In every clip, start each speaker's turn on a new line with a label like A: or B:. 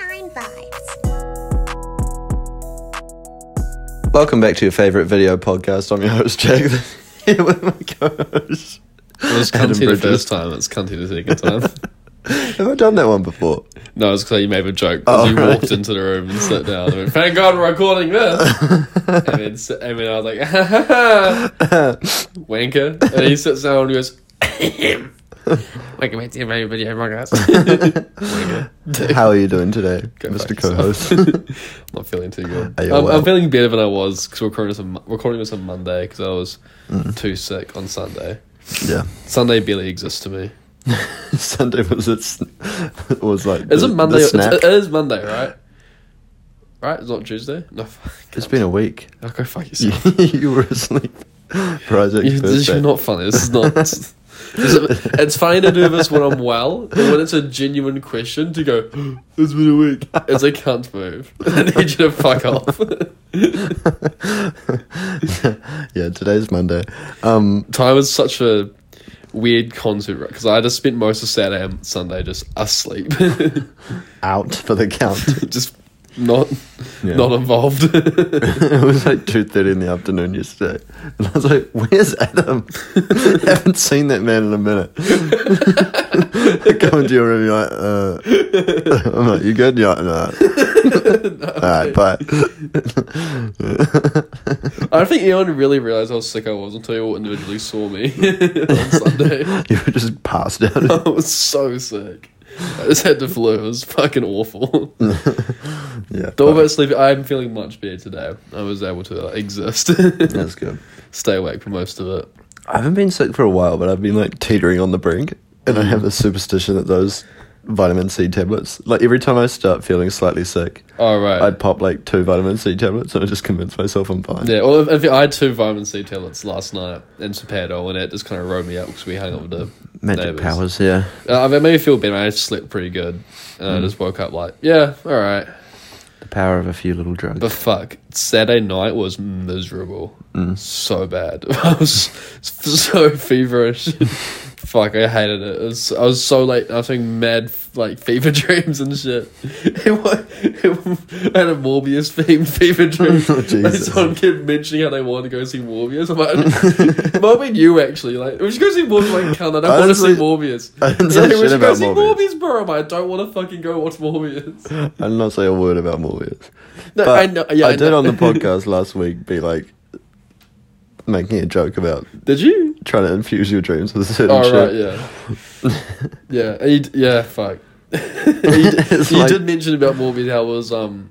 A: 99 vibes.
B: Welcome back to your favorite video podcast. I'm your host, Jack. Here with my co-host.
C: It was
B: Adam
C: cunty the
B: Bridges.
C: first time. It's cunty the second time.
B: Have I done that one before?
C: no, it's because you made a joke.
B: Oh,
C: 'cause you
B: right.
C: walked into the room and sat down. and went, Thank God we're recording this. and, then, s- and then I was like, wanker. And he sits down and he goes, wanker, mate, your favorite video podcast. wanker.
B: How are you doing today,
C: Go fuck
B: Mr.
C: yourself.
B: Co-host?
C: Not feeling too good.
B: Are
C: I'm,
B: you well?
C: I'm feeling better than I was because we're recording this on, Mo- recording this on Monday because I was
B: Mm.
C: too sick on Sunday.
B: yeah,
C: Sunday barely exists to me.
B: Sunday was it? sn- it was like
C: Is
B: the-
C: it
B: the
C: Monday? It's,
B: snack.
C: it is Monday, right? Right? It's not Tuesday? No, fuck.
B: it's been a week.
C: I'll go fuck
B: you
C: yourself.
B: you were asleep for Isaac's
C: You- this
B: birthday.
C: is not funny. This is not. this is- it's funny to do this when I'm well, but when it's a genuine question, to go, it's been a week, it's a can't move. I need you to fuck off.
B: yeah, today's Monday. Um,
C: Time is such a weird concept, right? Because I just spent most of Saturday and Sunday just asleep.
B: out for the count.
C: just not
B: Yeah.
C: not involved.
B: it was like two thirty in the afternoon yesterday, and I was like, "Where's Adam? Haven't seen that man in a minute." I come into your room, you're like, uh, "I'm like, you good? You're like, no. All right, bye."
C: I don't think anyone really realised how sick I was until you all individually saw me on Sunday.
B: you were just passed out.
C: I was so sick. I just had the flu. It was fucking awful.
B: yeah,
C: Though
B: fine.
C: about sleep, I'm feeling much better today. I was able to like, exist,
B: that's good.
C: stay awake for most of it.
B: I haven't been sick for a while, but I've been like teetering on the brink, and I have a superstition that those vitamin C tablets, like every time I start feeling slightly sick,
C: All right.
B: I'd pop like two vitamin C tablets, and I just convince myself I'm fine.
C: yeah, well, if, if I had two vitamin C tablets last night and some Panadol, and it just kind of rode me out because we hung out with the neighbours.
B: yeah.
C: Uh, it made me feel better. I slept pretty good, and I just woke up like, yeah, all right.
B: Mm. The power of a few little drugs.
C: But fuck, Saturday night was miserable.
B: Mm.
C: So bad. I was so feverish. fuck, I hated it. it was, I was so late. I was having mad like fever dreams and shit. It was, I had a Morbius themed fever dream.
B: Oh,
C: like
B: Jesus.
C: someone kept mentioning how they wanted to go see Morbius. I'm like, it might have been you actually. Like, we should go see Morbius. I'm Like, cunt, I don't
B: I
C: want to
B: didn't
C: see
B: say-
C: Morbius.
B: I didn't say
C: Like, we
B: shit
C: should go
B: about
C: see
B: Morbius.
C: Morbius, bro. I'm like, I don't want to fucking go watch Morbius. No,
B: I did not say a word about Morbius. But
C: I know. Yeah, uh,
B: I did
C: know.
B: on the podcast last week be like making a joke about
C: Did you?
B: trying to infuse your dreams with certain
C: Oh
B: shit.
C: right, yeah, yeah, and you d- yeah. Fuck. you
B: It's
C: you
B: like-
C: did mention about Morbius how it was um.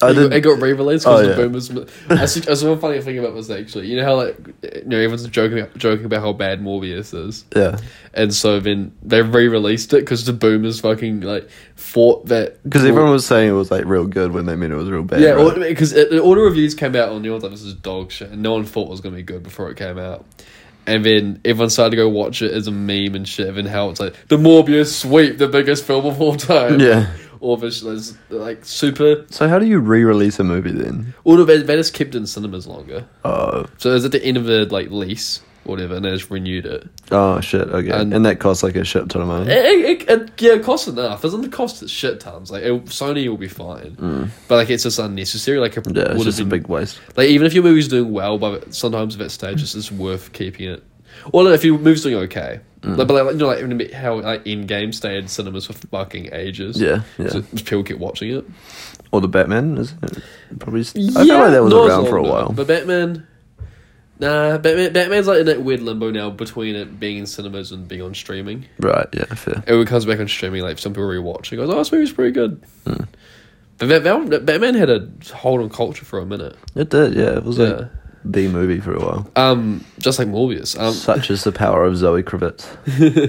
B: I
C: it got-
B: did.
C: It got re-released because
B: Oh,
C: the
B: yeah.
C: boomers. I see, I saw a funny thing about this actually. You know how like you know everyone's joking joking about how bad Morbius is,
B: yeah,
C: and so then they re-released it because the boomers fucking like thought that
B: because everyone was saying it was like real good when they meant it was real bad.
C: yeah
B: right?
C: because all uh, the reviews came out on the other this is dog shit and no one thought it was gonna be good before it came out. And then everyone started to go watch it as a meme and shit, and how it's like the Morbius sweep, the biggest film of all time.
B: yeah.
C: Or this this, like super.
B: So how do you re-release a movie then?
C: Or they, they just kept it in cinemas longer.
B: Oh,
C: So it was at the end of the like lease, whatever, and they just renewed it.
B: oh shit. Okay, and,
C: And-
B: that costs like a shit ton of money.
C: It, it, it, it- yeah, it costs enough. Doesn't it cost shit tons? Like it, Sony will be fine, but like it's just unnecessary. Like it
B: Hmm. yeah, it's
C: would have
B: just
C: been
B: a big waste.
C: Like even if your movie's doing well, but sometimes at that stage, it's just worth keeping it. Well, if your movie's doing okay,
B: Mm.
C: like, but like you know, like even a bit how like Endgame stayed in cinemas for fucking ages.
B: Yeah, yeah.
C: So people keep watching it.
B: Or the Batman is it? probably. I feel like that was
C: not as
B: around for a
C: long,
B: while.
C: But Batman, nah, Batman, Batman's like in that weird limbo now between it being in cinemas and being on streaming.
B: Right? Yeah, fair.
C: It comes back on streaming, like some people rewatch it, goes, "Oh, this movie's pretty good."
B: Mm.
C: But Bat- Bat- Batman had a hold on culture for a minute.
B: It did. Yeah, it was
C: Yeah.
B: like the movie for a while.
C: Um, just like Morbius. Um,
B: Such is the power of Zoe Kravitz.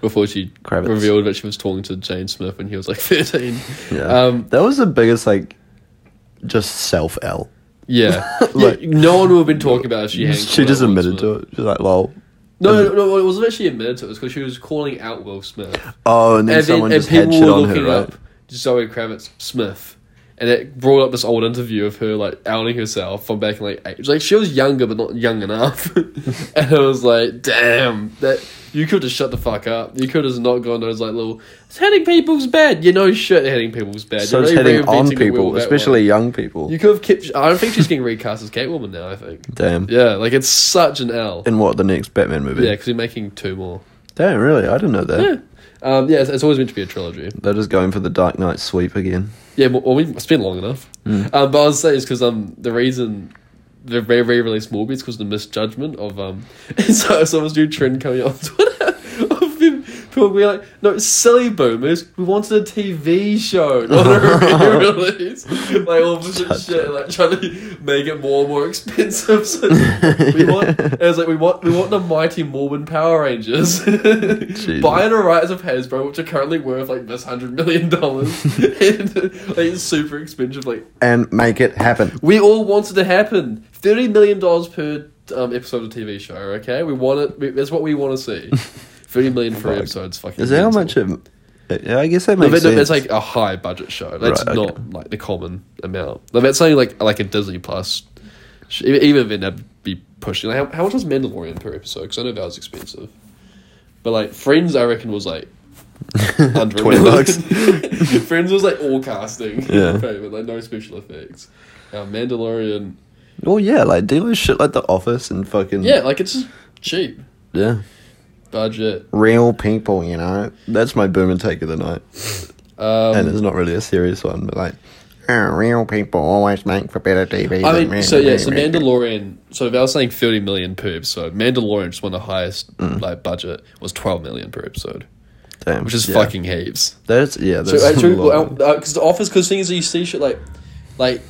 C: before she
B: Kravitz.
C: revealed that she was talking to Jane Smith when he was like 13.
B: Yeah.
C: Um,
B: that was the biggest, like, just self L.
C: Yeah.
B: Like-
C: Yeah, no one would have been talking about if she hadn't
B: She
C: called
B: just
C: out Will
B: admitted to
C: Smith.
B: it. She's like, lol.
C: No, no, no, it wasn't that she admitted to it. It was because she was calling out Will Smith.
B: Oh, and then
C: And, then,
B: someone
C: and
B: just had
C: people
B: shit
C: were
B: on
C: looking
B: her, right?
C: up Zoe Kravitz Smith. and it brought up this old interview of her like outing herself from back in like eight. Like she was younger, but not young enough. and I was like, damn, that you could have shut the fuck up. You could have not gone those like little. It's hitting people's bad. You know, shit, hitting people's bad.
B: So
C: You're
B: it's
C: really
B: hitting on
C: reinventing the wheel
B: people,
C: that
B: especially
C: way.
B: young people.
C: You could have kept. I don't think she's getting recast as Catwoman now. I think.
B: Damn.
C: Yeah, like it's such an L.
B: In what the next Batman movie?
C: Yeah, because you're making two more.
B: Damn, really? I didn't know that.
C: Um, yeah, it's, it's always meant to be a trilogy.
B: They're just going for the Dark Knight sweep again.
C: Yeah, well, well, we've- it's been long enough. Um, but I was saying is because um, the reason they re re released Morbius because the misjudgment of um, so someone's new trend coming out on Twitter of them people being like, no, silly boomers, we wanted a TV show, not a re release. like all this shit, like trying to make it more and more expensive. So we want, it was like we want, we want the mighty Mormon Power Rangers. Buy the rights of Hasbro, which are currently worth like this hundred million dollars, and like it's super expensive. Like
B: And make it happen.
C: we all want it to happen. Thirty million dollars per um, episode of TV show. Okay, we want it. We, that's what we want to see. Thirty million for
B: Fuck.
C: episodes. Fucking
B: Is that how
C: mental.
B: much it. Yeah, I guess that
C: No,
B: makes
C: but no,
B: sense.
C: it's like a high budget show. That's
B: Right, okay.
C: not like the common amount. Like that's something like like a Disney Plus. sh- e- Even then, that'd be pushing. Like, how, how much was Mandalorian per episode? Because I know that was expensive. But like Friends, I reckon was like under a
B: 20
C: million.
B: bucks.
C: Friends was like all casting.
B: Yeah.
C: payment, like no special effects. Uh, Mandalorian,
B: Well, yeah, like deal with shit like The Office and fucking.
C: yeah, like it's just cheap
B: Yeah.
C: budget.
B: Real people, you know? That's my boomer take of the night.
C: Um,
B: and it's not really a serious one, but like. "Oh, real people always make for better TV.
C: I
B: than
C: mean, so
B: random
C: yeah, so
B: people."
C: Mandalorian. So if I was saying thirty million per episode, Mandalorian just won the highest
B: Mm.
C: like budget was twelve million per episode,
B: Damn,
C: which is
B: yeah.
C: fucking heaves.
B: That's yeah.
C: So
B: That's a
C: actually,
B: lot.
C: because the Office, because thing is, you see shit like, like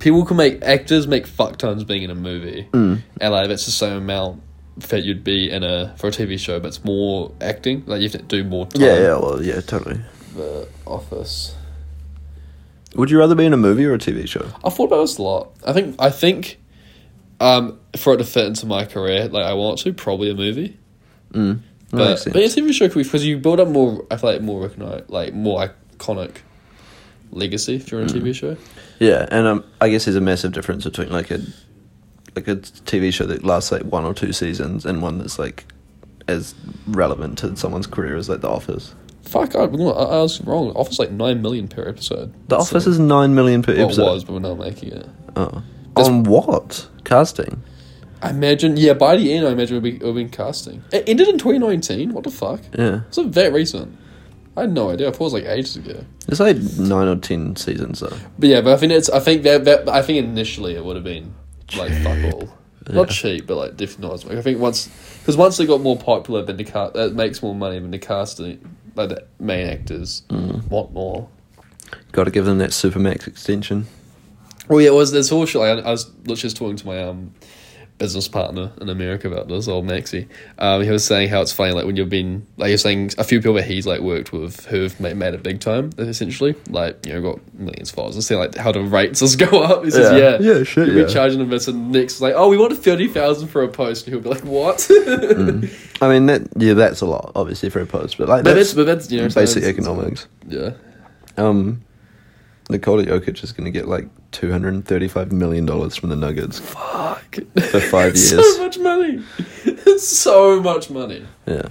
C: people can make actors make fuck tons being in a movie,
B: Mm.
C: and like that's the same amount that you'd be in a for a TV show, but it's more acting. Like you have to do more. Time.
B: yeah, yeah, well, yeah, totally.
C: The Office.
B: Would you rather be in a movie or a TV show?
C: I thought about this a lot. I think I think um, for it to fit into my career, like I want to, probably a movie.
B: That
C: But
B: makes
C: but
B: sense.
C: it's even show because you build up more. I feel like more recogni like more iconic legacy if you're on a
B: Mm.
C: TV show.
B: Yeah, and um, I guess there's a massive difference between like a like a TV show that lasts like one or two seasons and one that's like as relevant to someone's career as like The Office.
C: Fuck, I, I was wrong. Office like nine million per episode.
B: The
C: That's
B: Office
C: like-
B: is nine million per
C: well, it
B: episode.
C: was, but we're not making it.
B: Oh.
C: That's-
B: On what casting?
C: I imagine, yeah. By the end, I imagine it'll be it'll be in casting. It ended in 2019. What the fuck?
B: Yeah,
C: It's very recent. I had no idea. I thought it was like ages ago.
B: it's like nine or ten seasons though.
C: But yeah, but I think it's. I think that, that I think initially it would have been like fuck all, not cheap, but like definitely not as much. I think once because once they got more popular, then the cast that makes more money than the casting, like the main actors
B: Mm.
C: want more.
B: Got to give them that Supermax extension.
C: Well, yeah, it was this whole shit. Like, I, I was literally just talking to my um business partner in America about this old Maxi. Um, he was saying how it's funny, like when you've been like you're saying a few people that he's like worked with who've made, made it big time, essentially, like you know got millions of followers. And saying like how the rates just go up. He says,
B: Yeah.
C: yeah,
B: Yeah, shit,
C: You'll
B: yeah.
C: be charging them this, and next is like, oh, we want thirty thousand for a post, and he'll be like, what?
B: I mean that yeah, that's a lot obviously for a post, but like
C: but
B: Mm. that's
C: that's but that's you know
B: basic
C: sometimes-
B: economics.
C: Yeah.
B: Um, Nikola Jokic is going to get like two hundred and thirty-five million dollars from the Nuggets.
C: Fuck.
B: For five years.
C: so much money. so much money.
B: Yeah,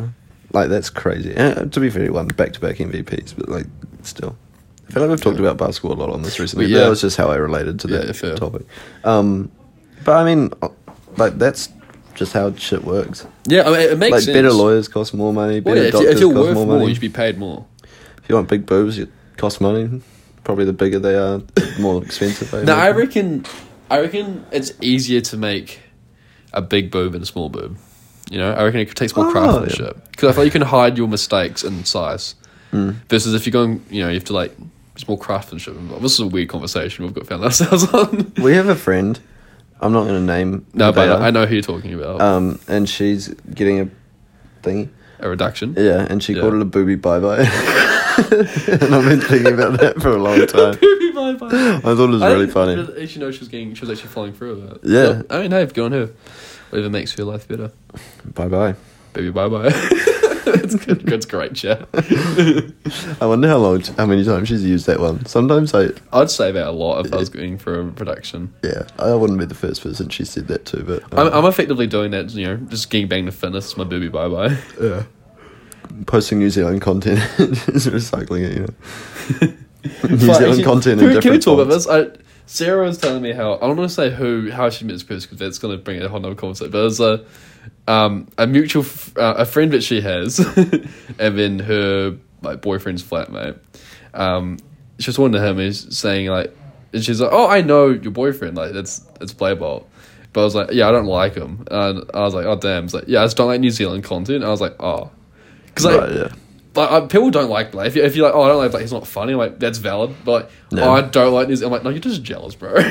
B: like that's crazy. And, uh, to be fair, he won back-to-back MVPs, but like still, I feel like we've talked about basketball a lot on this recently.
C: But
B: But yeah,
C: yeah.
B: that was just how I related to
C: Yeah,
B: that
C: fair.
B: topic. Um, but I mean, uh, like that's just how shit works.
C: Yeah, I mean, it makes
B: Like
C: sense.
B: better lawyers cost more money. Better
C: Well, yeah, if, you,
B: doctors
C: if you're
B: cost
C: worth
B: more
C: more,
B: money.
C: you should be paid more.
B: if you want big boobs, it costs money. Probably the bigger they are, the more expensive. they
C: No, I
B: are.
C: reckon, I reckon it's easier to make a big boob and a small boob. You know, I reckon it takes more
B: Oh,
C: craftsmanship because I feel like you can hide your mistakes in size
B: Hmm.
C: versus if you're going, you know, you have to like there's more craftsmanship involved. This is a weird conversation we've got found ourselves on.
B: We have a friend. I'm not going to name.
C: no,
B: who they
C: but
B: are.
C: I know who you're talking about.
B: Um, and she's getting a thingy.
C: a reduction.
B: Yeah, and she
C: Yeah.
B: called it a booby bye bye. and I've been thinking about that for a long time.
C: Booby bye bye.
B: I thought it was
C: I
B: really
C: didn't
B: funny.
C: really- She knows she was getting. She was actually falling through with it. Oh,
B: Yeah.
C: I mean, hey, good on her. Whatever makes her life better.
B: Bye bye.
C: Baby, bye bye. it's good. It's great chat.
B: I wonder how long, how many times she's used that one. Sometimes I,
C: I'd say that a lot if I was going for a production.
B: yeah, I wouldn't be the first person she said that to, but um,
C: I'm, I'm effectively doing that, you know, just getting bang to fitness, my booby bye bye.
B: posting New Zealand content is recycling it, you know. New Zealand content in
C: Can, we- can we
B: different
C: talk about
B: fonts.
C: this? I, Sarah was telling me how I don't want to say who how she met this person because that's going to bring a whole nother conversation. But it was a um, a mutual f- uh, a friend that she has, and then her like boyfriend's flatmate. Um, she was talking to him and he's saying like, and she's like, "Oh, I know your boyfriend. Like that's it's Playball." But I was like, "Yeah, I don't like him." And I was like, "Oh damn!" It's like, "Yeah, I just don't like New Zealand content." I was like, "Oh." Because like,
B: Right, yeah.
C: like I, uh, people don't like Blake. If, you, if you're like, oh, I don't like Blake, he's not funny. I'm like that's valid, but like,
B: No.
C: oh, I don't like this. I'm like, no, you're just jealous, bro.
B: Nah,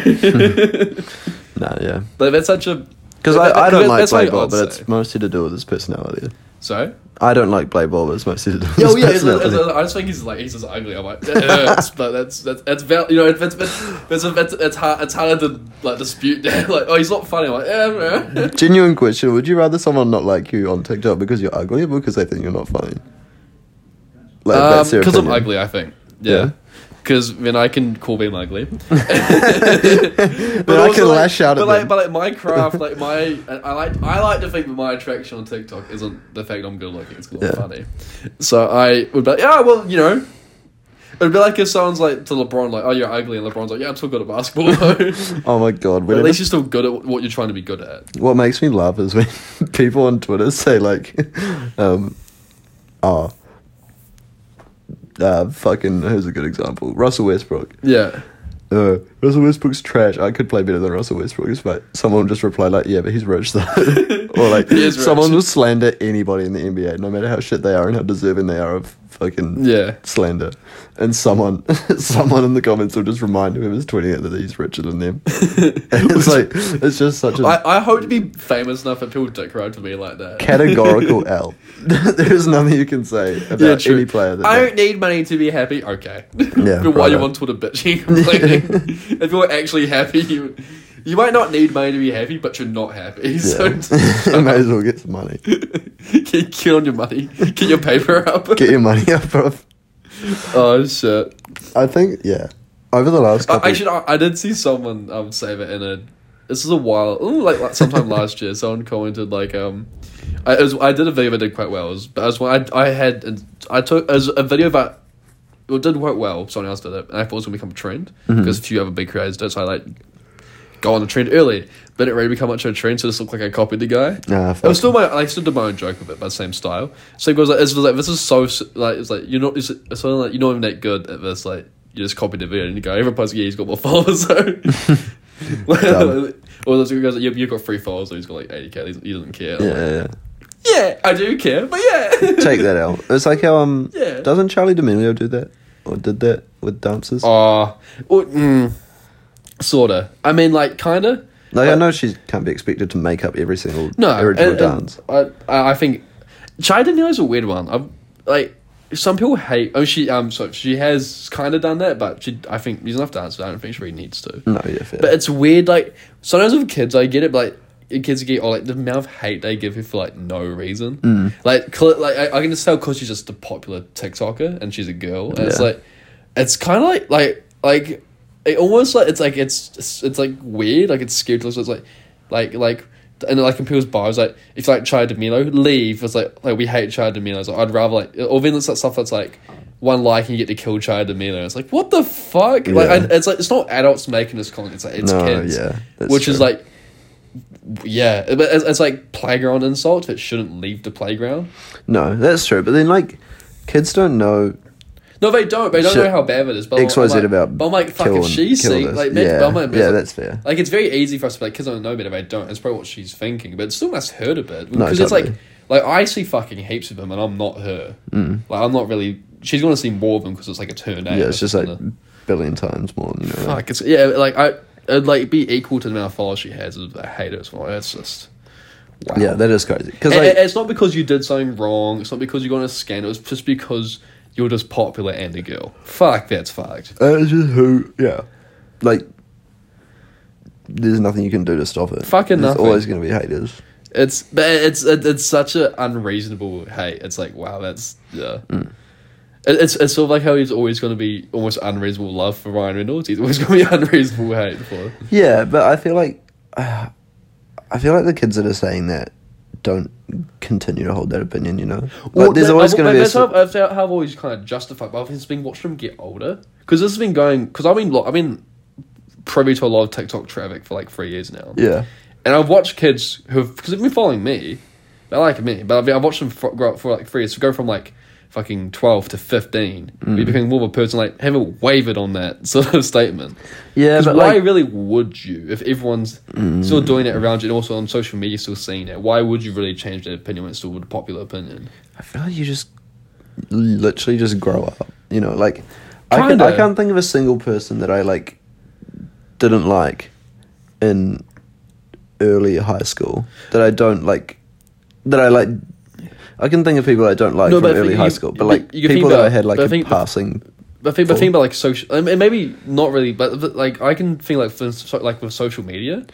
B: yeah.
C: like that's such a
B: Because
C: that- that-
B: I, I don't
C: that-
B: like
C: that's what I
B: Blayball,
C: would
B: but
C: say.
B: it's mostly to do with his personality.
C: so.
B: I don't like Blayball, but it's mostly to do with
C: Yeah,
B: his
C: well, Oh, yeah, it's,
B: personality.
C: it's, it's, I just think he's like he's just ugly. I'm like that hurts, but that's that's that's valid. You know, that's that's that's, that's, that's hard. It's harder to like dispute that. Like, oh, he's not funny. I'm like, yeah, bro.
B: Genuine question: Would you rather someone not like you on TikTok because you're ugly or because they think you're not funny? Like that's their
C: because Um, I'm
B: opinion.
C: ugly, I think. Yeah. Because then I can call them ugly. but
B: I
C: also,
B: can
C: like-
B: lash out at
C: but like,
B: them.
C: But like Minecraft, like my, I I like, I like to think that my attraction on TikTok isn't the fact I'm good looking. It's 'cause I'm
B: Yeah.
C: funny. So I would be like, yeah, well, you know, it'd be like if someone's like to LeBron, like, oh, you're ugly, and LeBron's like, yeah, I'm still good at basketball. though.
B: Oh my god!
C: But at
B: Whenever,
C: least you're still good at what you're trying to be good at.
B: what makes me laugh is when people on Twitter say like, um, "Oh, uh, fucking." Here's a good example: Russell Westbrook.
C: Yeah.
B: Uh, Russell Westbrook's trash. I could play better than Russell Westbrook. It's like someone just replied like, "Yeah, but he's rich though," or like
C: He is rich.
B: someone will slander anybody in the NBA, no matter how shit they are and how deserving they are of fucking
C: Yeah.
B: slander. And someone, someone in the comments will just remind whoever's tweeting it that he's richer than them. and it's like it's just such a
C: I, I hope to be famous enough that people dick around to me like that.
B: categorical L. there is nothing you can say about any player. That
C: I don't need money to be happy. Okay.
B: Yeah,
C: but why you
B: righto.
C: on Twitter bitching, complaining? if you're actually happy, you you might not need money to be happy, but you're not happy. So
B: yeah. may as well get some money.
C: get, get on your money, get your paper up.
B: Get your money up, bro.
C: oh shit!
B: I think yeah. Over the last couple
C: I, I should. I, I did see someone um say that in a. This is a while, ooh, like, like sometime last year. Someone commented like um. I, it was, I did a video that did quite well. It was, but I was I I had I took as a video that it did work well. Someone else did it, and I thought it was gonna become a trend
B: Mm-hmm.
C: because a few other big creators did. So I like go on a trend early, but it really become much of a trend. So it just looked like I copied the guy.
B: Ah,
C: it was
B: fuck.
C: still my I still did my own joke of it, but same style. So it was like, it was like this is so s- like it's like you're not it's, it's something like you're not even that good at this. Like you just copied the video and you go everyone posts yeah he's got more followers. So.
B: Dumb.
C: or those guys like you you've got three followers, so he's got like eighty k. He doesn't care.
B: yeah, yeah, yeah.
C: Yeah, I do care, but yeah.
B: Take that out. It's like how um
C: Yeah.
B: doesn't Charlie D'Amelio do that or did that with dancers?
C: Ah, well, mm, sorta. I mean, like, kinda.
B: like I know she can't be expected to make up every single
C: No,
B: original
C: and- and
B: dance.
C: I- I, I think Chai is a weird one. I like some people hate. Oh, she um, so she has kind of done that, but she I think she's enough to answer. I don't think she really needs to.
B: No, yeah, fair.
C: But it's weird. Like sometimes with kids, I get it. But like kids get or like the amount of hate they give her for like no reason.
B: Mm.
C: Like, cl- like I, I can just tell because she's just a popular TikToker and she's a girl. And It's
B: Yeah.
C: like it's kind of like like like it almost like it's like it's it's, it's like weird. Like it's scary. to look, So it's like like like. And like in people's bars, like if like Chai Demilo leave, it's like like we hate Chai Demilo. It's like I'd rather like or then it's that stuff that's like one like and you get to kill Chai Demilo. It's like what the fuck? Like
B: Yeah.
C: I, it's like it's not adults making this content. It's like it's
B: No,
C: kids,
B: yeah, that's
C: which is
B: true.
C: like, yeah, but it's, it's like playground insult. It shouldn't leave the playground.
B: no, that's true. But then like kids don't know
C: No, they don't. They don't
B: Shit.
C: know how bad it is. But
B: X, Y,
C: I'm
B: Z
C: like,
B: about
C: But I'm like, fuck,
B: kill
C: if
B: and-
C: she
B: kill
C: sees,
B: this.
C: like, man,
B: Yeah,
C: but I'm like, man,
B: yeah,
C: like-
B: that's fair.
C: Like, it's very easy for us to be like, kids don't know better. They don't. It's probably what she's thinking, but it still must hurt a bit
B: No,
C: because it's
B: totally. Mm.
C: like, like I see fucking heaps of them, and I'm not her. Like, I'm not really. She's gonna see more of them because it's like it's her name.
B: yeah, it's just like
C: gonna-
B: billion times more than you know.
C: Fuck, it's yeah, like I it'd like be equal to the amount of followers she has as a hater as well. That's just wow.
B: Yeah, that is crazy. Because
C: And-
B: like
C: and it's not because you did something wrong. It's not because you got in a scandal. It's just because you're just popular and a girl. Fuck, that's fucked.
B: uh, it's just who yeah. Like there's nothing you can do to stop it.
C: Fucking
B: There's
C: nothing.
B: always gonna be haters.
C: It's but it's it, it's such an unreasonable hate. It's like wow, that's yeah.
B: Mm.
C: It, it's it's sort of like how he's always going to be almost unreasonable love for Ryan Reynolds. He's always going to be unreasonable hate for.
B: Yeah, but I feel like I feel like the kids that are saying that don't continue to hold that opinion. You know, like, there's
C: Well,
B: always
C: I've-
B: going to be. A,
C: that's
B: sw-
C: how, that's how I've always kind of justified. But I think it's been watching them get older because this has been going. Because I've been lo- I've been privy to a lot of TikTok traffic for like three years now.
B: yeah,
C: And I've watched kids who've because they've been following me. They like me, but I've, I've watched them fro- grow up for like three years. So go from like fucking twelve to fifteen, be
B: Mm.
C: becoming more of a person. Like haven't wavered on that sort of statement.
B: yeah,
C: 'Cause
B: but
C: why
B: like, Mm.
C: really would you if everyone's still doing it around you and also on social media still seeing it? Why would you really change that opinion when it's still a popular opinion?
B: I feel like you just literally just grow up. You know, like I, can,
C: Kinda.
B: I can't think of a single person that I like didn't like in early high school that I don't like that I like. I can think of people I don't like
C: No,
B: from
C: but I think
B: early high
C: you-
B: school, but
C: but
B: like
C: you can think
B: people that I
C: about-
B: had like
C: but I
B: a
C: think-
B: passing.
C: But think, but
B: Cool.
C: think about like social, and and maybe not really, but, but like I can think like for, so- like with social media,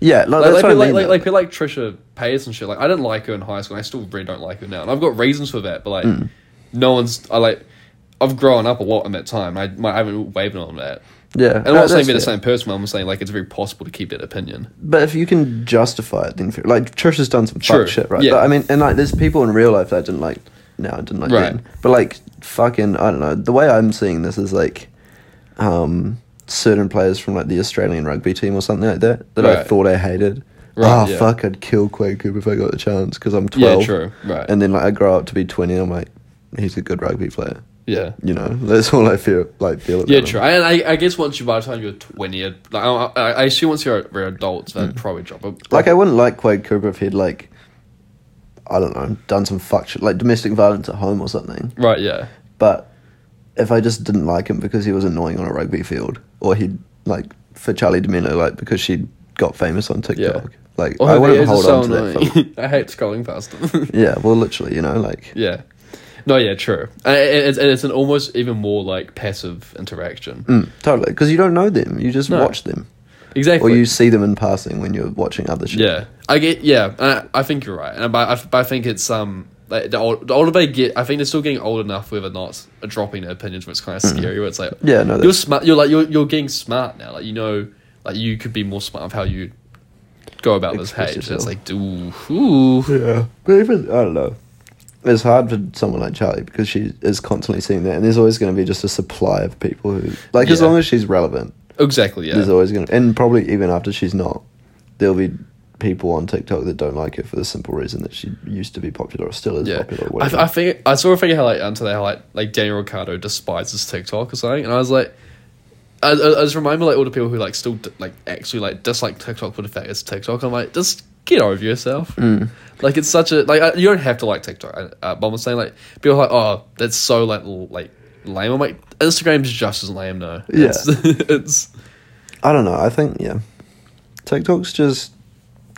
B: Yeah, like,
C: like
B: that's
C: like,
B: what I
C: people like,
B: mean,
C: like
B: though.
C: like people like Trisha Paytas and shit. Like I didn't like her in high school, and I still really don't like her now, and I've got reasons for that. But like,
B: Mm.
C: no one's I like I've grown up a lot in that time. I my, I haven't wavered on that.
B: yeah,
C: And I'm
B: no,
C: not saying
B: that's
C: be the
B: fair.
C: same person. I'm saying like it's very possible to keep that opinion.
B: But if you can justify it, then fair. like Trish has done some
C: True,
B: fuck shit, right?
C: yeah.
B: But I mean, and like there's people in real life that I didn't like now, I didn't like
C: Right.
B: then. But like fucking, I don't know. The way I'm seeing this is like, um, certain players from like the Australian rugby team or something like that that I
C: Right.
B: thought I hated.
C: Right,
B: oh
C: yeah.
B: fuck! I'd kill Quade Cooper if I got the chance because I'm
C: Yeah,
B: twelve.
C: true, right.
B: And then like I grow up to be twenty, and I'm like, he's a good rugby player.
C: Yeah.
B: You know, that's all I feel like feel about
C: Yeah,
B: him.
C: true. And I, I guess once you by the time you're twenty, like I, I I assume once you're, you're adults, that
B: Mm.
C: probably drop. a-
B: Like I wouldn't like Quade Cooper if he'd like, I don't know, done some fuck shit like domestic violence at home or something.
C: right, yeah.
B: But if I just didn't like him because he was annoying on a rugby field, or he'd like for Charlie D'Amelio like because she got famous on TikTok, like I
C: her
B: wouldn't
C: videos are
B: hold
C: so
B: on to that.
C: annoying.
B: Film.
C: I hate scrolling past them.
B: Yeah, well, literally, you know, like
C: yeah. No, yeah, true. And it- it's, and it's an almost even more like passive interaction.
B: mm, totally because you don't know them, you just
C: No.
B: watch them, or
C: Exactly.
B: you see them in passing when you're watching other shit.
C: yeah, I get. Yeah, and I, I think you're right. And but I, but I think it's um like the, old, the older they get, I think they're still getting old enough where they're not dropping their opinions, which is kind of scary. Where it's like,
B: Mm-hmm. Yeah, no,
C: you're
B: that's-
C: smart. You're like you're you're getting smart now. Like you know, like you could be more smart of how you go about
B: Express
C: this hate.
B: yourself.
C: It's like, ooh, ooh.
B: Yeah. But even, I don't know. It's hard for someone like Charlie because she is constantly seeing that, and there's always going to be just a supply of people who, like, as
C: Yeah.
B: long as she's relevant,
C: exactly. Yeah,
B: there's always going to, and probably even after she's not, there'll be people on TikTok that don't like her for the simple reason that she used to be popular or still is
C: Yeah,
B: popular. Or
C: I,
B: whatever.
C: I think I saw a figure how like um, today how like like Daniel Ricciardo despises TikTok or something, and I was like, I, I, I just remember like all the people who like still di- like actually like dislike TikTok for the fact it's TikTok. I'm like, just get over yourself.
B: Mm.
C: Like it's such a like I, you don't have to like TikTok. I, uh, but I'm saying like people are like, oh, that's so like l- like lame. I'm like, Instagram's just as lame though.
B: Yeah.
C: it's, it's
B: I don't know. I think, yeah. TikTok's just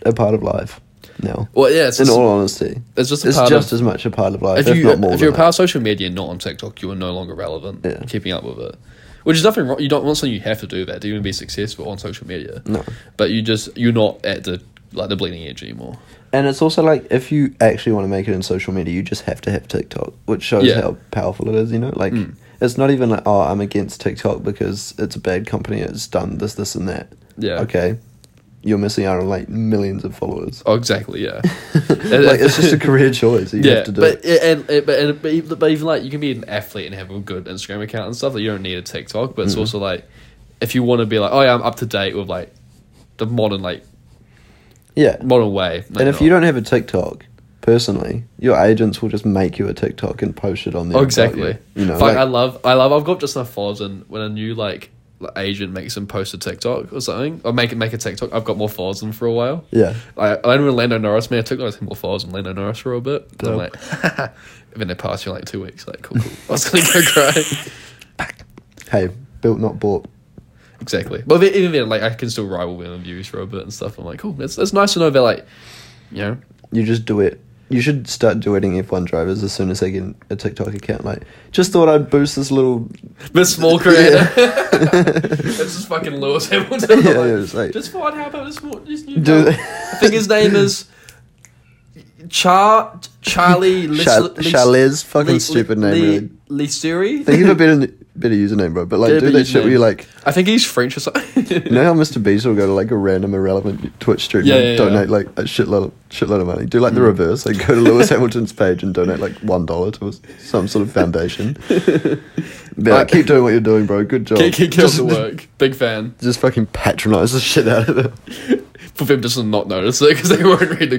B: a part of life now.
C: well, yeah, it's
B: in
C: just,
B: all honesty,
C: it's just a
B: it's
C: part
B: just
C: of.
B: as much a part of life,
C: If
B: if,
C: you
B: not more.
C: if you're a
B: than
C: part of social media and not on TikTok, you are no longer relevant.
B: Yeah.
C: Keeping up with it, which is nothing wrong. You don't want something you have to do that to even be successful on social media.
B: No.
C: but you just you're not at the like the bleeding edge anymore.
B: And it's also like if you actually want to make it in social media, you just have to have TikTok, which shows
C: Yeah. Mm.
B: how powerful it is. You know, like it's not even like oh, I'm against TikTok because it's a bad company. It's done this, this, and that.
C: Yeah.
B: Okay. You're missing out on like millions of followers.
C: Oh, exactly. Yeah.
B: like it's just a career choice. that You
C: yeah,
B: have to do.
C: but
B: it.
C: and, and but and, but even- but even like you can be an athlete and have a good Instagram account and stuff. Like you don't need a TikTok, but it's
B: Mm-hmm.
C: also like if you want to be like, oh yeah, I'm up to date with like the modern like
B: yeah.
C: modern way. like,
B: and if
C: not-
B: you don't have a TikTok, personally, your agents will just make you a TikTok and post it on there.
C: Oh,
B: about
C: exactly.
B: You, you know,
C: Fuck,
B: like-
C: I love, I love. I've got just enough followers, and when a new like like, agent makes them post a TikTok or something, or make it make a TikTok, I've got more followers than for a while.
B: yeah.
C: Like, I know when Lando Norris made a TikTok, I had more followers than Lando Norris for a bit. And I'm
B: Dope.
C: like, and then they pass you in, like two weeks. Like, cool, cool. I was gonna go cry.
B: Hey, built not bought.
C: exactly. But then- even then, like, I can still rival them in views for a bit and stuff. I'm like, cool. That's that's nice to know. They're like, you know,
B: You just do it. You should start duetting F1 drivers as soon as they get a TikTok account. Like, just thought I'd boost this little.
C: the small creator. it's just fucking Lewis Hamilton.
B: Yeah, yeah, it's like-
C: just find out about this small. This new
B: Do
C: I think his name is Char Charlie
B: Chal- Chalez, fucking stupid name, really.
C: Lisuri.
B: Think of a better, better username, bro. But like,
C: Better
B: do that shit
C: username.
B: where you like,
C: I think he's French or something.
B: you know how Mr. Beast will go to like a random irrelevant Twitch stream
C: Yeah,
B: and
C: yeah, Mm. yeah.
B: donate like a shitload of, shitload of money. Do like the reverse. Like, go to Lewis Hamilton's page and donate like one dollar to us- some sort of foundation. Be like, keep doing what you're doing, bro. Good job.
C: He he kills
B: just,
C: the work. Big fan.
B: Just fucking patronize the shit out of it.
C: For them just to not notice it because they won't read the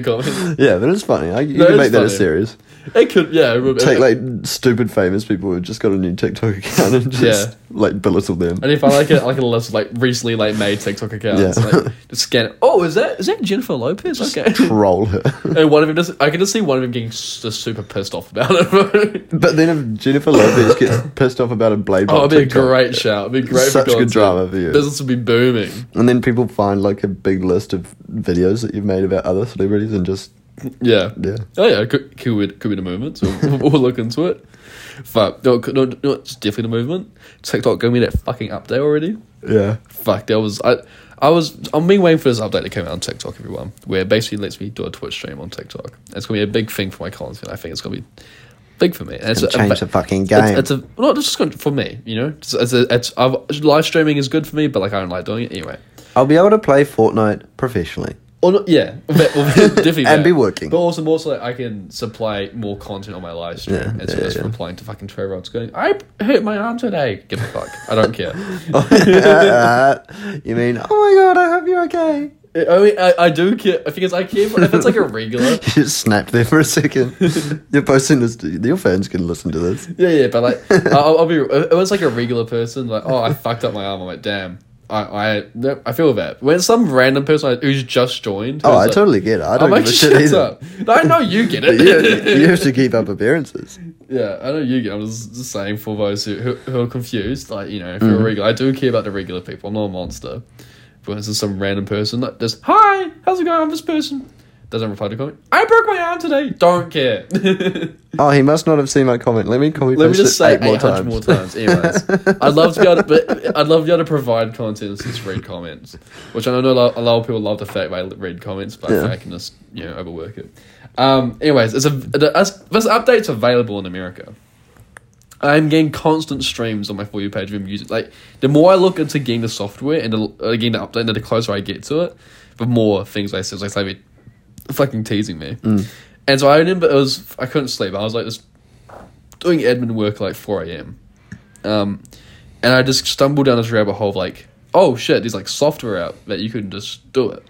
C: comments.
B: Yeah, but it's funny. I, you
C: No,
B: can
C: it's
B: make that a
C: funny.
B: series.
C: It could, yeah. it would-
B: Take like stupid famous people who've just got a new TikTok account and just
C: Yeah.
B: like belittle them.
C: And if I like it, I can list like recently like made TikTok accounts.
B: Yeah.
C: Like, just scan it. Oh, is that is that Jennifer Lopez? Okay.
B: Troll her.
C: And one of them just, I can just see one of them getting s- just super pissed off about it.
B: But then if Jennifer Lopez gets pissed off about a Blade
C: oh,
B: Runner
C: it'd be a
B: TikTok,
C: great shout. It'd be great.
B: Such
C: for
B: good
C: content.
B: drama for you.
C: Business would be booming.
B: and then people find like a big list of videos that you've made about other celebrities and just
C: Yeah.
B: yeah.
C: Oh yeah, could could be, could be the movement. So we'll, we'll look into it. But no, no, no, it's definitely the movement. TikTok gave me that fucking update already.
B: Yeah.
C: Fuck, that was I. I was I'm been waiting for this update to come out on TikTok, everyone. Where it basically lets me do a Twitch stream on TikTok. It's gonna be a big thing for my content. I think it's gonna be big for me. And it's
B: Gonna change the fucking game.
C: It's, it's a well, not just gonna- for me, you know. It's, it's, a, it's I've, live streaming is good for me, but like I don't like doing it anyway.
B: I'll be able to play Fortnite professionally.
C: Or not, yeah, but- or definitely
B: And
C: that.
B: be working.
C: But also, more so, like, I can supply more content on my live stream
B: Yeah,
C: instead
B: yeah,
C: of just
B: yeah.
C: replying to fucking two everyone's going, "I hurt my arm today." Give a fuck. I don't care.
B: you mean, oh my god, I hope you're okay.
C: I, I mean, I, I do care. I think it's I care but if it's like a regular.
B: You just snapped there for a second. you're posting this your fans can listen to this.
C: Yeah, yeah, but like, I'll, I'll be. It was like a regular person, like, oh, I fucked up my arm. I'm like, damn, I, I, no, I feel that. When some random person like, who's just joined,
B: Oh,
C: who's
B: I
C: like,
B: totally get it. I
C: I'm
B: don't
C: like,
B: give a shit
C: shut
B: either.
C: up. No, I know you get
B: But you,
C: it.
B: you have to keep up appearances.
C: yeah, I know you get. it. I'm just, just saying for those who, who who are confused, like you know, if
B: Mm-hmm.
C: you're a regular, I do care about the regular people. I'm not a monster. But this is some random person that just, hi, how's it going? I'm this person. Doesn't reply to comment. I broke my arm today. Don't care.
B: Oh, he must not have seen my comment. Let me copy
C: Let me
B: paste
C: just
B: it
C: say
B: eight more
C: 800
B: times.
C: more times. Anyways, I'd love to be able to, but I'd love to be able to provide content and just read comments, which I know a lot, a lot of people love the fact that I read comments, but I
B: Yeah.
C: think I can just you know overwork it. Um, anyways, it's a the- us- this update's available in America. I'm getting constant streams on my for you page of music. Like the more I look into getting the software and the, again the update, and the closer I get to it, the more things I see. It's Like they'd be fucking teasing me. And so I remember it was I couldn't sleep. I was like just doing admin work at like four a.m. Um, and I just stumbled down this rabbit hole of like, oh shit, there's like software out that you can just do it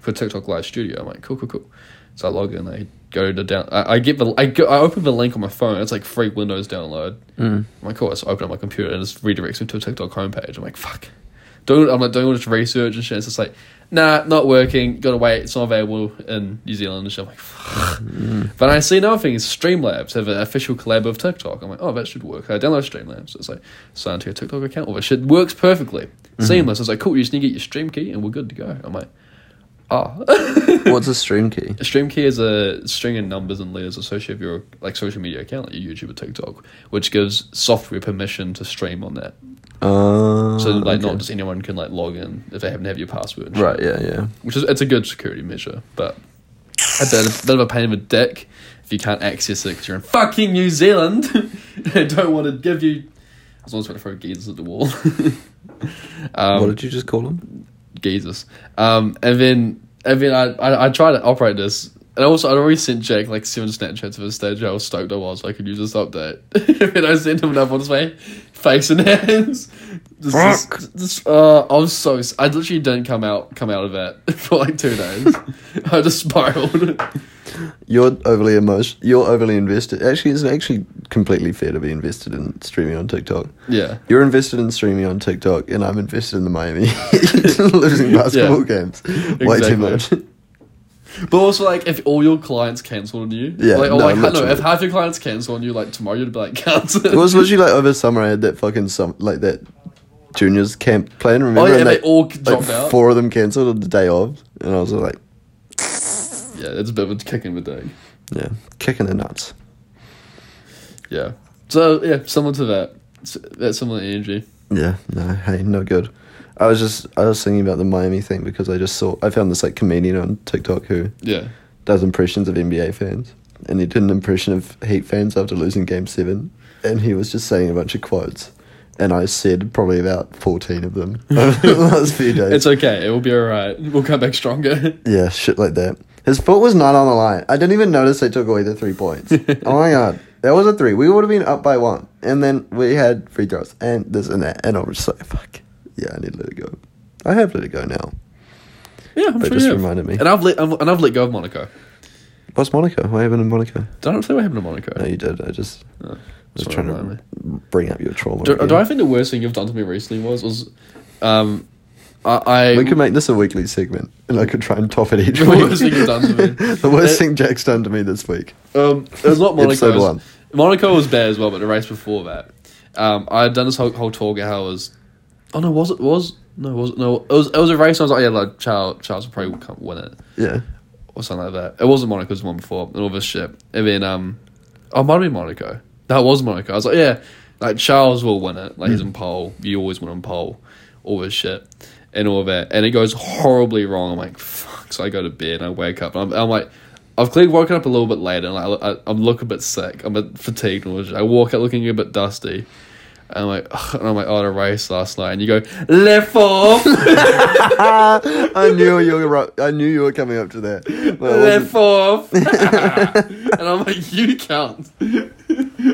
C: for TikTok Live Studio. I'm like, cool, cool, cool. So I log in, I go to down, I, I get the, I go, I open the link on my phone. It's like free Windows download. Mm. I'm like, cool. So I open up my computer and it just redirects me to a TikTok homepage. I'm like, fuck. Doing, I'm like doing all this research and shit. It's just like, nah, not working. Gotta wait. It's not available in New Zealand and shit. I'm like, fuck. But I see another thing is Streamlabs have an official collab of TikTok. I'm like, oh, that should work. I download Streamlabs. It's like, sign to your TikTok account. All that shit works perfectly.
B: Mm-hmm.
C: Seamless. It's like, cool. You just need to get your stream key and we're good to go. I'm like, ah.
B: What's a stream key?
C: A stream key is a string of numbers and letters associated with your like social media account, like your YouTube or TikTok, which gives software permission to stream on that.
B: Uh,
C: So like
B: okay.
C: not just anyone can like log in if they happen to have your password. and shit.
B: right. Yeah, yeah.
C: Which is it's a good security measure, but a bit, a bit of a pain in the dick if you can't access it because you're in fucking New Zealand. they don't want to give you. I was always about to throw geezers at the wall. Um,
B: what did you just call him?
C: geezers. Um, and then and then I, I I tried to operate this, and also I'd already sent Jack like seven Snapchats of his stage. I was stoked I was I could use this update. and I sent him another one just my face and hands. This is-
B: Fuck.
C: this- uh, I was so s- I literally didn't come out come out of that for like two days. I just spiraled.
B: You're overly emotion. You're overly invested. Actually, it's actually completely fair to be invested in streaming on TikTok.
C: Yeah.
B: You're invested in streaming on TikTok, and I'm invested in the Miami Heat losing basketball
C: Yeah.
B: games way
C: Exactly.
B: too much.
C: But also, like, if all your clients cancel on you,
B: Yeah,
C: like, oh,
B: no,
C: like, no,
B: literally.
C: if half your clients cancel on you, like, tomorrow you'd be like, cancelled.
B: It was literally like over summer. I had that fucking some like that juniors camp plan. Remember?
C: Oh, yeah,
B: And
C: they all dropped
B: like,
C: out.
B: Four of them cancelled on the day of, and I was like,
C: yeah, it's a bit of a kick in the dick.
B: yeah, kicking the nuts.
C: Yeah. So yeah, similar to that. S- That similar energy.
B: Yeah, no, hey, no good. I was just I was thinking about the Miami thing because I just saw I found this like comedian on TikTok who
C: Yeah.
B: does impressions of NBA fans, and he did an impression of Heat fans after losing Game Seven, and he was just saying a bunch of quotes, and I said probably about fourteen of them over the last few days.
C: It's okay. It will be all right. We'll come back stronger.
B: yeah, shit like that. His foot was not on the line. I didn't even notice they took away the three points. oh my god, that was a three. We would have been up by one, and then we had free throws and this and that, and I was just like, fuck, yeah, I need to let it go. I have let it go now.
C: Yeah, I'm
B: That
C: sure
B: just
C: you have.
B: reminded me.
C: And I've let I've, and I've let go of Monaco.
B: What's Monaco? What happened in Monaco?
C: I don't know what happened to Monaco.
B: No, you did. I just
C: Oh,
B: was
C: sorry,
B: trying to
C: remind me.
B: bring up your trauma.
C: Do,
B: again.
C: do I think the worst thing you've done to me recently was was, um, I, I
B: we could make this a weekly segment, and I could try and top it each
C: The
B: week.
C: worst thing you've done to me.
B: the worst
C: That-
B: thing Jack's done to me this week.
C: Um, it was not Monaco.
B: Episode
C: it was-
B: one.
C: Monaco was bad as well, but the race before that, um, I had done this whole, whole talk of how I was. Oh no, was it was no was it- no it was it was a race. I was like, yeah, like Charles Charles probably can't win it
B: Yeah,
C: or something like that. It wasn't Monaco, it was the one before, and all this shit. And then, um, oh, it might have been Monaco. That was Monaco. I was like, yeah, like Charles will win it. Like he's in pole. You always win in pole. All this shit and all that. And it goes horribly wrong. I'm like, fuck. So I go to bed and I wake up. And I'm, I'm like, I've clearly woken up a little bit later and like, I, I'm looking a bit sick. I'm a bit fatigued. And all this shit. I walk out looking a bit dusty. And I'm like, ugh, and I'm like, oh, the race last night. And you go, left off,
B: Ah, I knew you were. ru- I knew you were coming up to that. Well, it wasn't-
C: left off. and I'm like, you can't.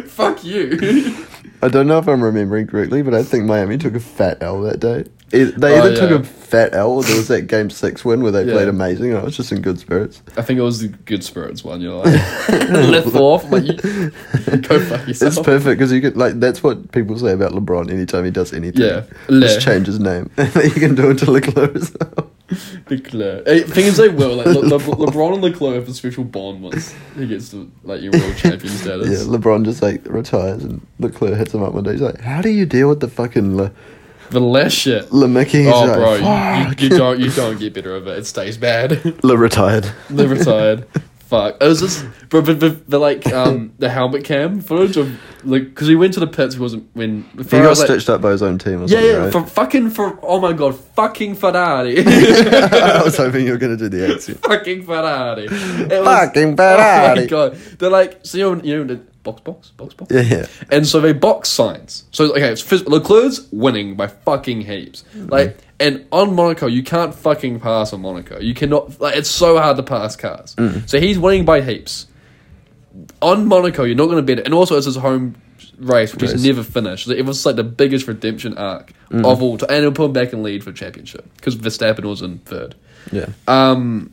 C: Fuck you.
B: I don't know if I'm remembering correctly, but I think Miami took a fat L that day. E- They
C: Oh,
B: either took
C: yeah.
B: a fat L or there was that game six win where they
C: Yeah.
B: played amazing, and I was just in good spirits.
C: I think it was the good spirits one. You're like, left off. I'm like, you, go fuck yourself.
B: It's perfect because you can like that's what people say about LeBron anytime he does anything.
C: Yeah. Le.
B: just change his name. you can do it to Leclerc as well.
C: Leclerc. Hey, thing is, they will. Like Le- Le- LeBron and Leclerc have a special bond once he gets to like your world champion
B: Yeah,
C: status.
B: LeBron just like retires and Leclerc hits him up one day. He's like, "How do you deal with the fucking Le,
C: The less shit.
B: Le Mickey?" He's
C: oh,
B: like,
C: bro, you,
B: "Fuck."
C: you, you don't you don't get better of it. It stays bad.
B: Le retired.
C: they retired. Fuck. It was just, but, but, but, but like um the helmet cam footage of like because he went to the pits. He wasn't when
B: He got stitched up by his own team. Or
C: Yeah,
B: something,
C: yeah,
B: right?
C: for fucking for oh my god, fucking Ferrari.
B: I was hoping you were gonna do the accent.
C: fucking Ferrari. It was-
B: Fucking
C: Oh my
B: Ferrari.
C: god. They're like, so you know, you know the box, box, box, box.
B: Yeah, yeah.
C: And so they box signs. So okay, it's phys- Leclerc's winning by fucking heaps. Like, and on Monaco, you can't fucking pass on Monaco. You cannot. Like, it's so hard to pass cars. So he's winning by heaps. On Monaco, you're not going to beat it. And also, it's his home race, which
B: Race.
C: he's never finished. It was like the biggest redemption arc of all time. And it'll put him back in lead for championship because Verstappen was in third.
B: Yeah.
C: Um,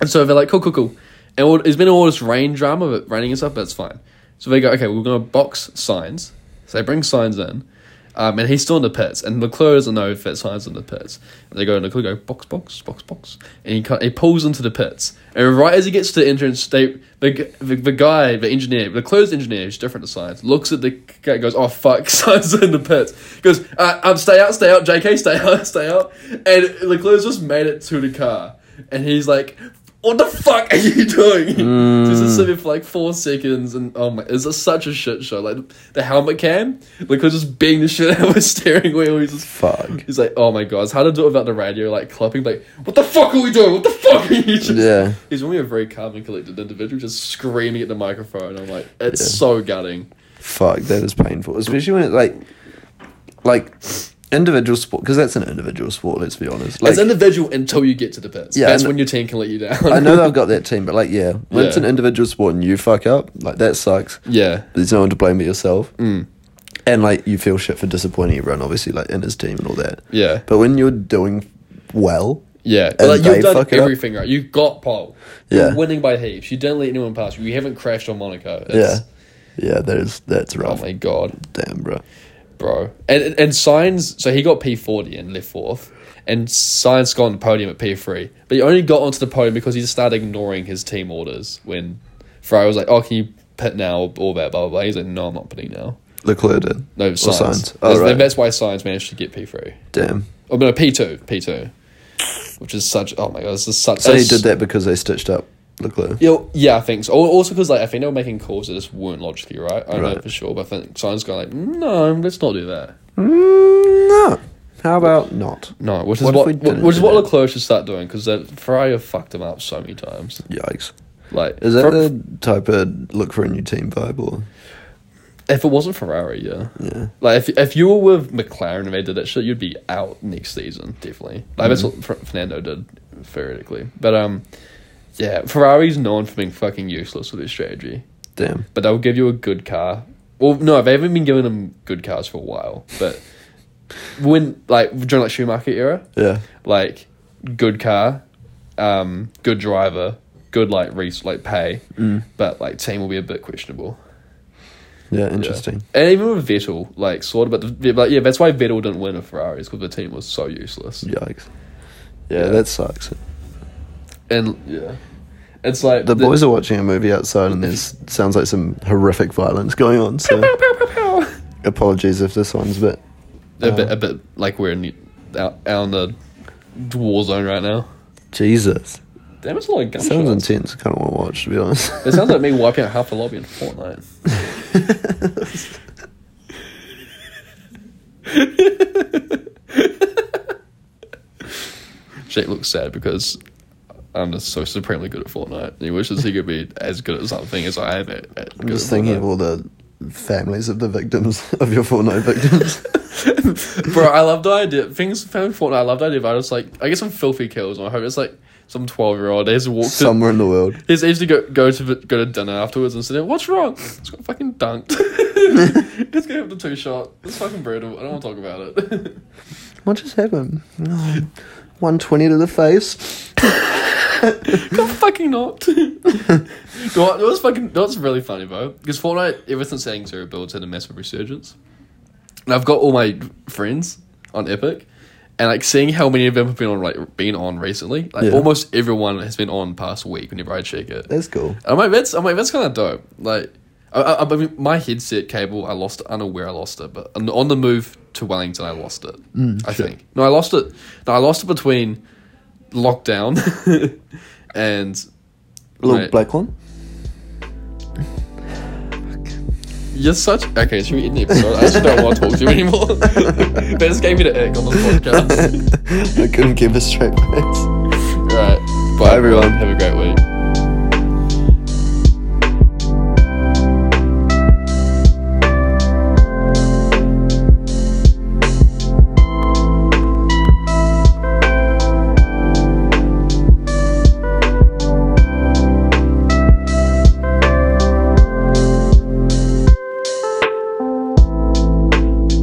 C: and so they're like, cool, cool, cool. And all, it's been all this rain drama, but raining and stuff, but it's fine. So they go, okay, we're going to box signs. So they bring signs in. Um, and he's still in the pits, and Leclerc doesn't know if that signs in the pits. And they go, and Leclerc go box, box, box, box, and he cut, he pulls into the pits. And right as he gets to the entrance, they the, g- the, the guy, the engineer, Leclerc's engineer, who's different to signs, looks at the guy, and goes, "Oh fuck, signs in the pits." Goes, uh, "Um, stay out, stay out, J.K., stay out, stay out." And Leclerc's just made it to the car, and he's like, "What the fuck are you doing?"
B: Hmm.
C: Just just sitting for like four seconds, and oh my, is this such a shit show? Like the helmet cam, Leclerc's just being the shit out of his steering wheel. He's just
B: Fuck.
C: He's like, "Oh my god, it's how to do it without the radio like clapping." Like, what the fuck are we doing? What the fuck are you? Just?
B: Yeah.
C: He's only a very calm and collected individual, just screaming at the microphone. I'm like, it's so gutting.
B: Fuck, that is painful, especially when it like, like, individual sport because that's an individual sport. Let's be honest. Like,
C: it's individual until you get to the pits.
B: Yeah, I
C: that's
B: kn-
C: when your team can let you down.
B: I know they've got that team, but like, yeah, when it's
C: Yeah.
B: an individual sport and you fuck up, like that sucks.
C: yeah,
B: There's no one to blame but yourself. Mm. And like, you feel shit for disappointing everyone, obviously, like in his team and all that.
C: Yeah.
B: But when you're doing well,
C: yeah.
B: And
C: Like
B: they
C: you've done
B: fuck it up.
C: everything right. You got pole.
B: Yeah.
C: You're winning by heaps. You didn't let anyone pass you. You haven't crashed on Monaco.
B: yeah,
C: It's,
B: yeah, that is that's
C: Oh
B: rough.
C: my god.
B: Damn, bro.
C: bro. And and signs, so he got P forty and left fourth, and signs got on the podium at P three, but he only got onto the podium because he just started ignoring his team orders when Ferrari was like, "Oh, can you pit now?" or all that, blah blah blah. He's like, "No, I'm not pitting now."
B: Leclerc did.
C: No
B: Or
C: signs.
B: Sainz. Oh,
C: that's,
B: right.
C: that's why signs managed to get P three.
B: Damn.
C: Oh no, P two, P two, which is such. Oh my god, this is such.
B: So he
C: that's-
B: did that because they stitched up Leclerc.
C: you know, yeah, I think so. Al- Also, because like I think they were making calls that just weren't logically right. I don't know
B: Right.
C: for sure, but I think signs going like, no, let's not do that.
B: Mm, no. How about not?
C: No, which is
B: What if
C: what,
B: we didn't
C: which is
B: do
C: what
B: that?
C: Leclerc should start doing because Ferrari have fucked him up so many times.
B: Yikes.
C: Like,
B: Is that
C: Fer-
B: the type of look for a new team vibe or?
C: if it wasn't Ferrari, yeah,
B: Yeah.
C: Like if if you were with McLaren and they did that shit, you'd be out next season definitely. Like that's
B: Mm-hmm.
C: what Fer- Fernando did theoretically, but um, yeah, Ferrari's known for being fucking useless with their strategy,
B: Damn.
C: but they'll give you a good car. Well, no, they haven't been giving them good cars for a while, but when like during like Schumacher era,
B: Yeah.
C: like good car, um, good driver, good like res like pay,
B: Mm.
C: but like team will be a bit
B: Yeah.
C: questionable. Yeah.
B: Interesting.
C: And even with Vettel, like sort of, but the, but yeah, that's why Vettel didn't win a Ferrari because the team was so useless.
B: Yikes. Yeah,
C: Yeah.
B: that sucks.
C: And yeah, it's like
B: The boys are watching a movie outside, and there's sounds like some horrific violence going on. So Uh-huh. apologies if this one's a bit.
C: a bit a bit like we're in the, out, out in the war zone right now.
B: Jesus,
C: Damn, it's a lot of
B: it sounds
C: gunshots.
B: intense. I kind of want to watch, to be honest.
C: It sounds like me wiping out half the lobby in Fortnite. Jake looks sad because I'm just so supremely good at Fortnite. He wishes he could be as good at something as I am at. at
B: I'm just thinking of all the families of the victims of your Fortnite victims.
C: Bro, I love the idea. Things found Fortnite. I love the idea. But I just like, I get some filthy kills, and I hope it's like some twelve year old has walked. to-
B: Somewhere in the world,
C: He's usually go go to the- go to dinner afterwards and say, "What's wrong?" It's got fucking dunked. It's gonna have the two shot. It's fucking brutal. I don't want to talk about it.
B: what just happened? Oh, One twenty to the face.
C: got fucking knocked. you know what? It was fucking. That's really funny, bro. Because Fortnite, ever since Setting Zero builds, had a massive resurgence. And I've got all my friends on Epic, and like seeing how many of them have been on like been on recently. Like
B: Yeah.
C: almost everyone has been on past week. Whenever I check it,
B: That's cool.
C: I'm like, that's I'm like, that's kind of dope. Like, I, I, I mean, my headset cable, I lost. I don't know where I lost it, but on, on the move to Wellington, I lost it. I
B: sure.
C: think. No, I lost it. No, I lost it between lockdown and
B: Little
C: Right.
B: black one.
C: you're such. Okay, should we end the episode? I just don't want to talk to you anymore. they just gave me the ick on the podcast.
B: I couldn't give a straight face.
C: right. Bye,
B: Bye, everyone.
C: Have a great week.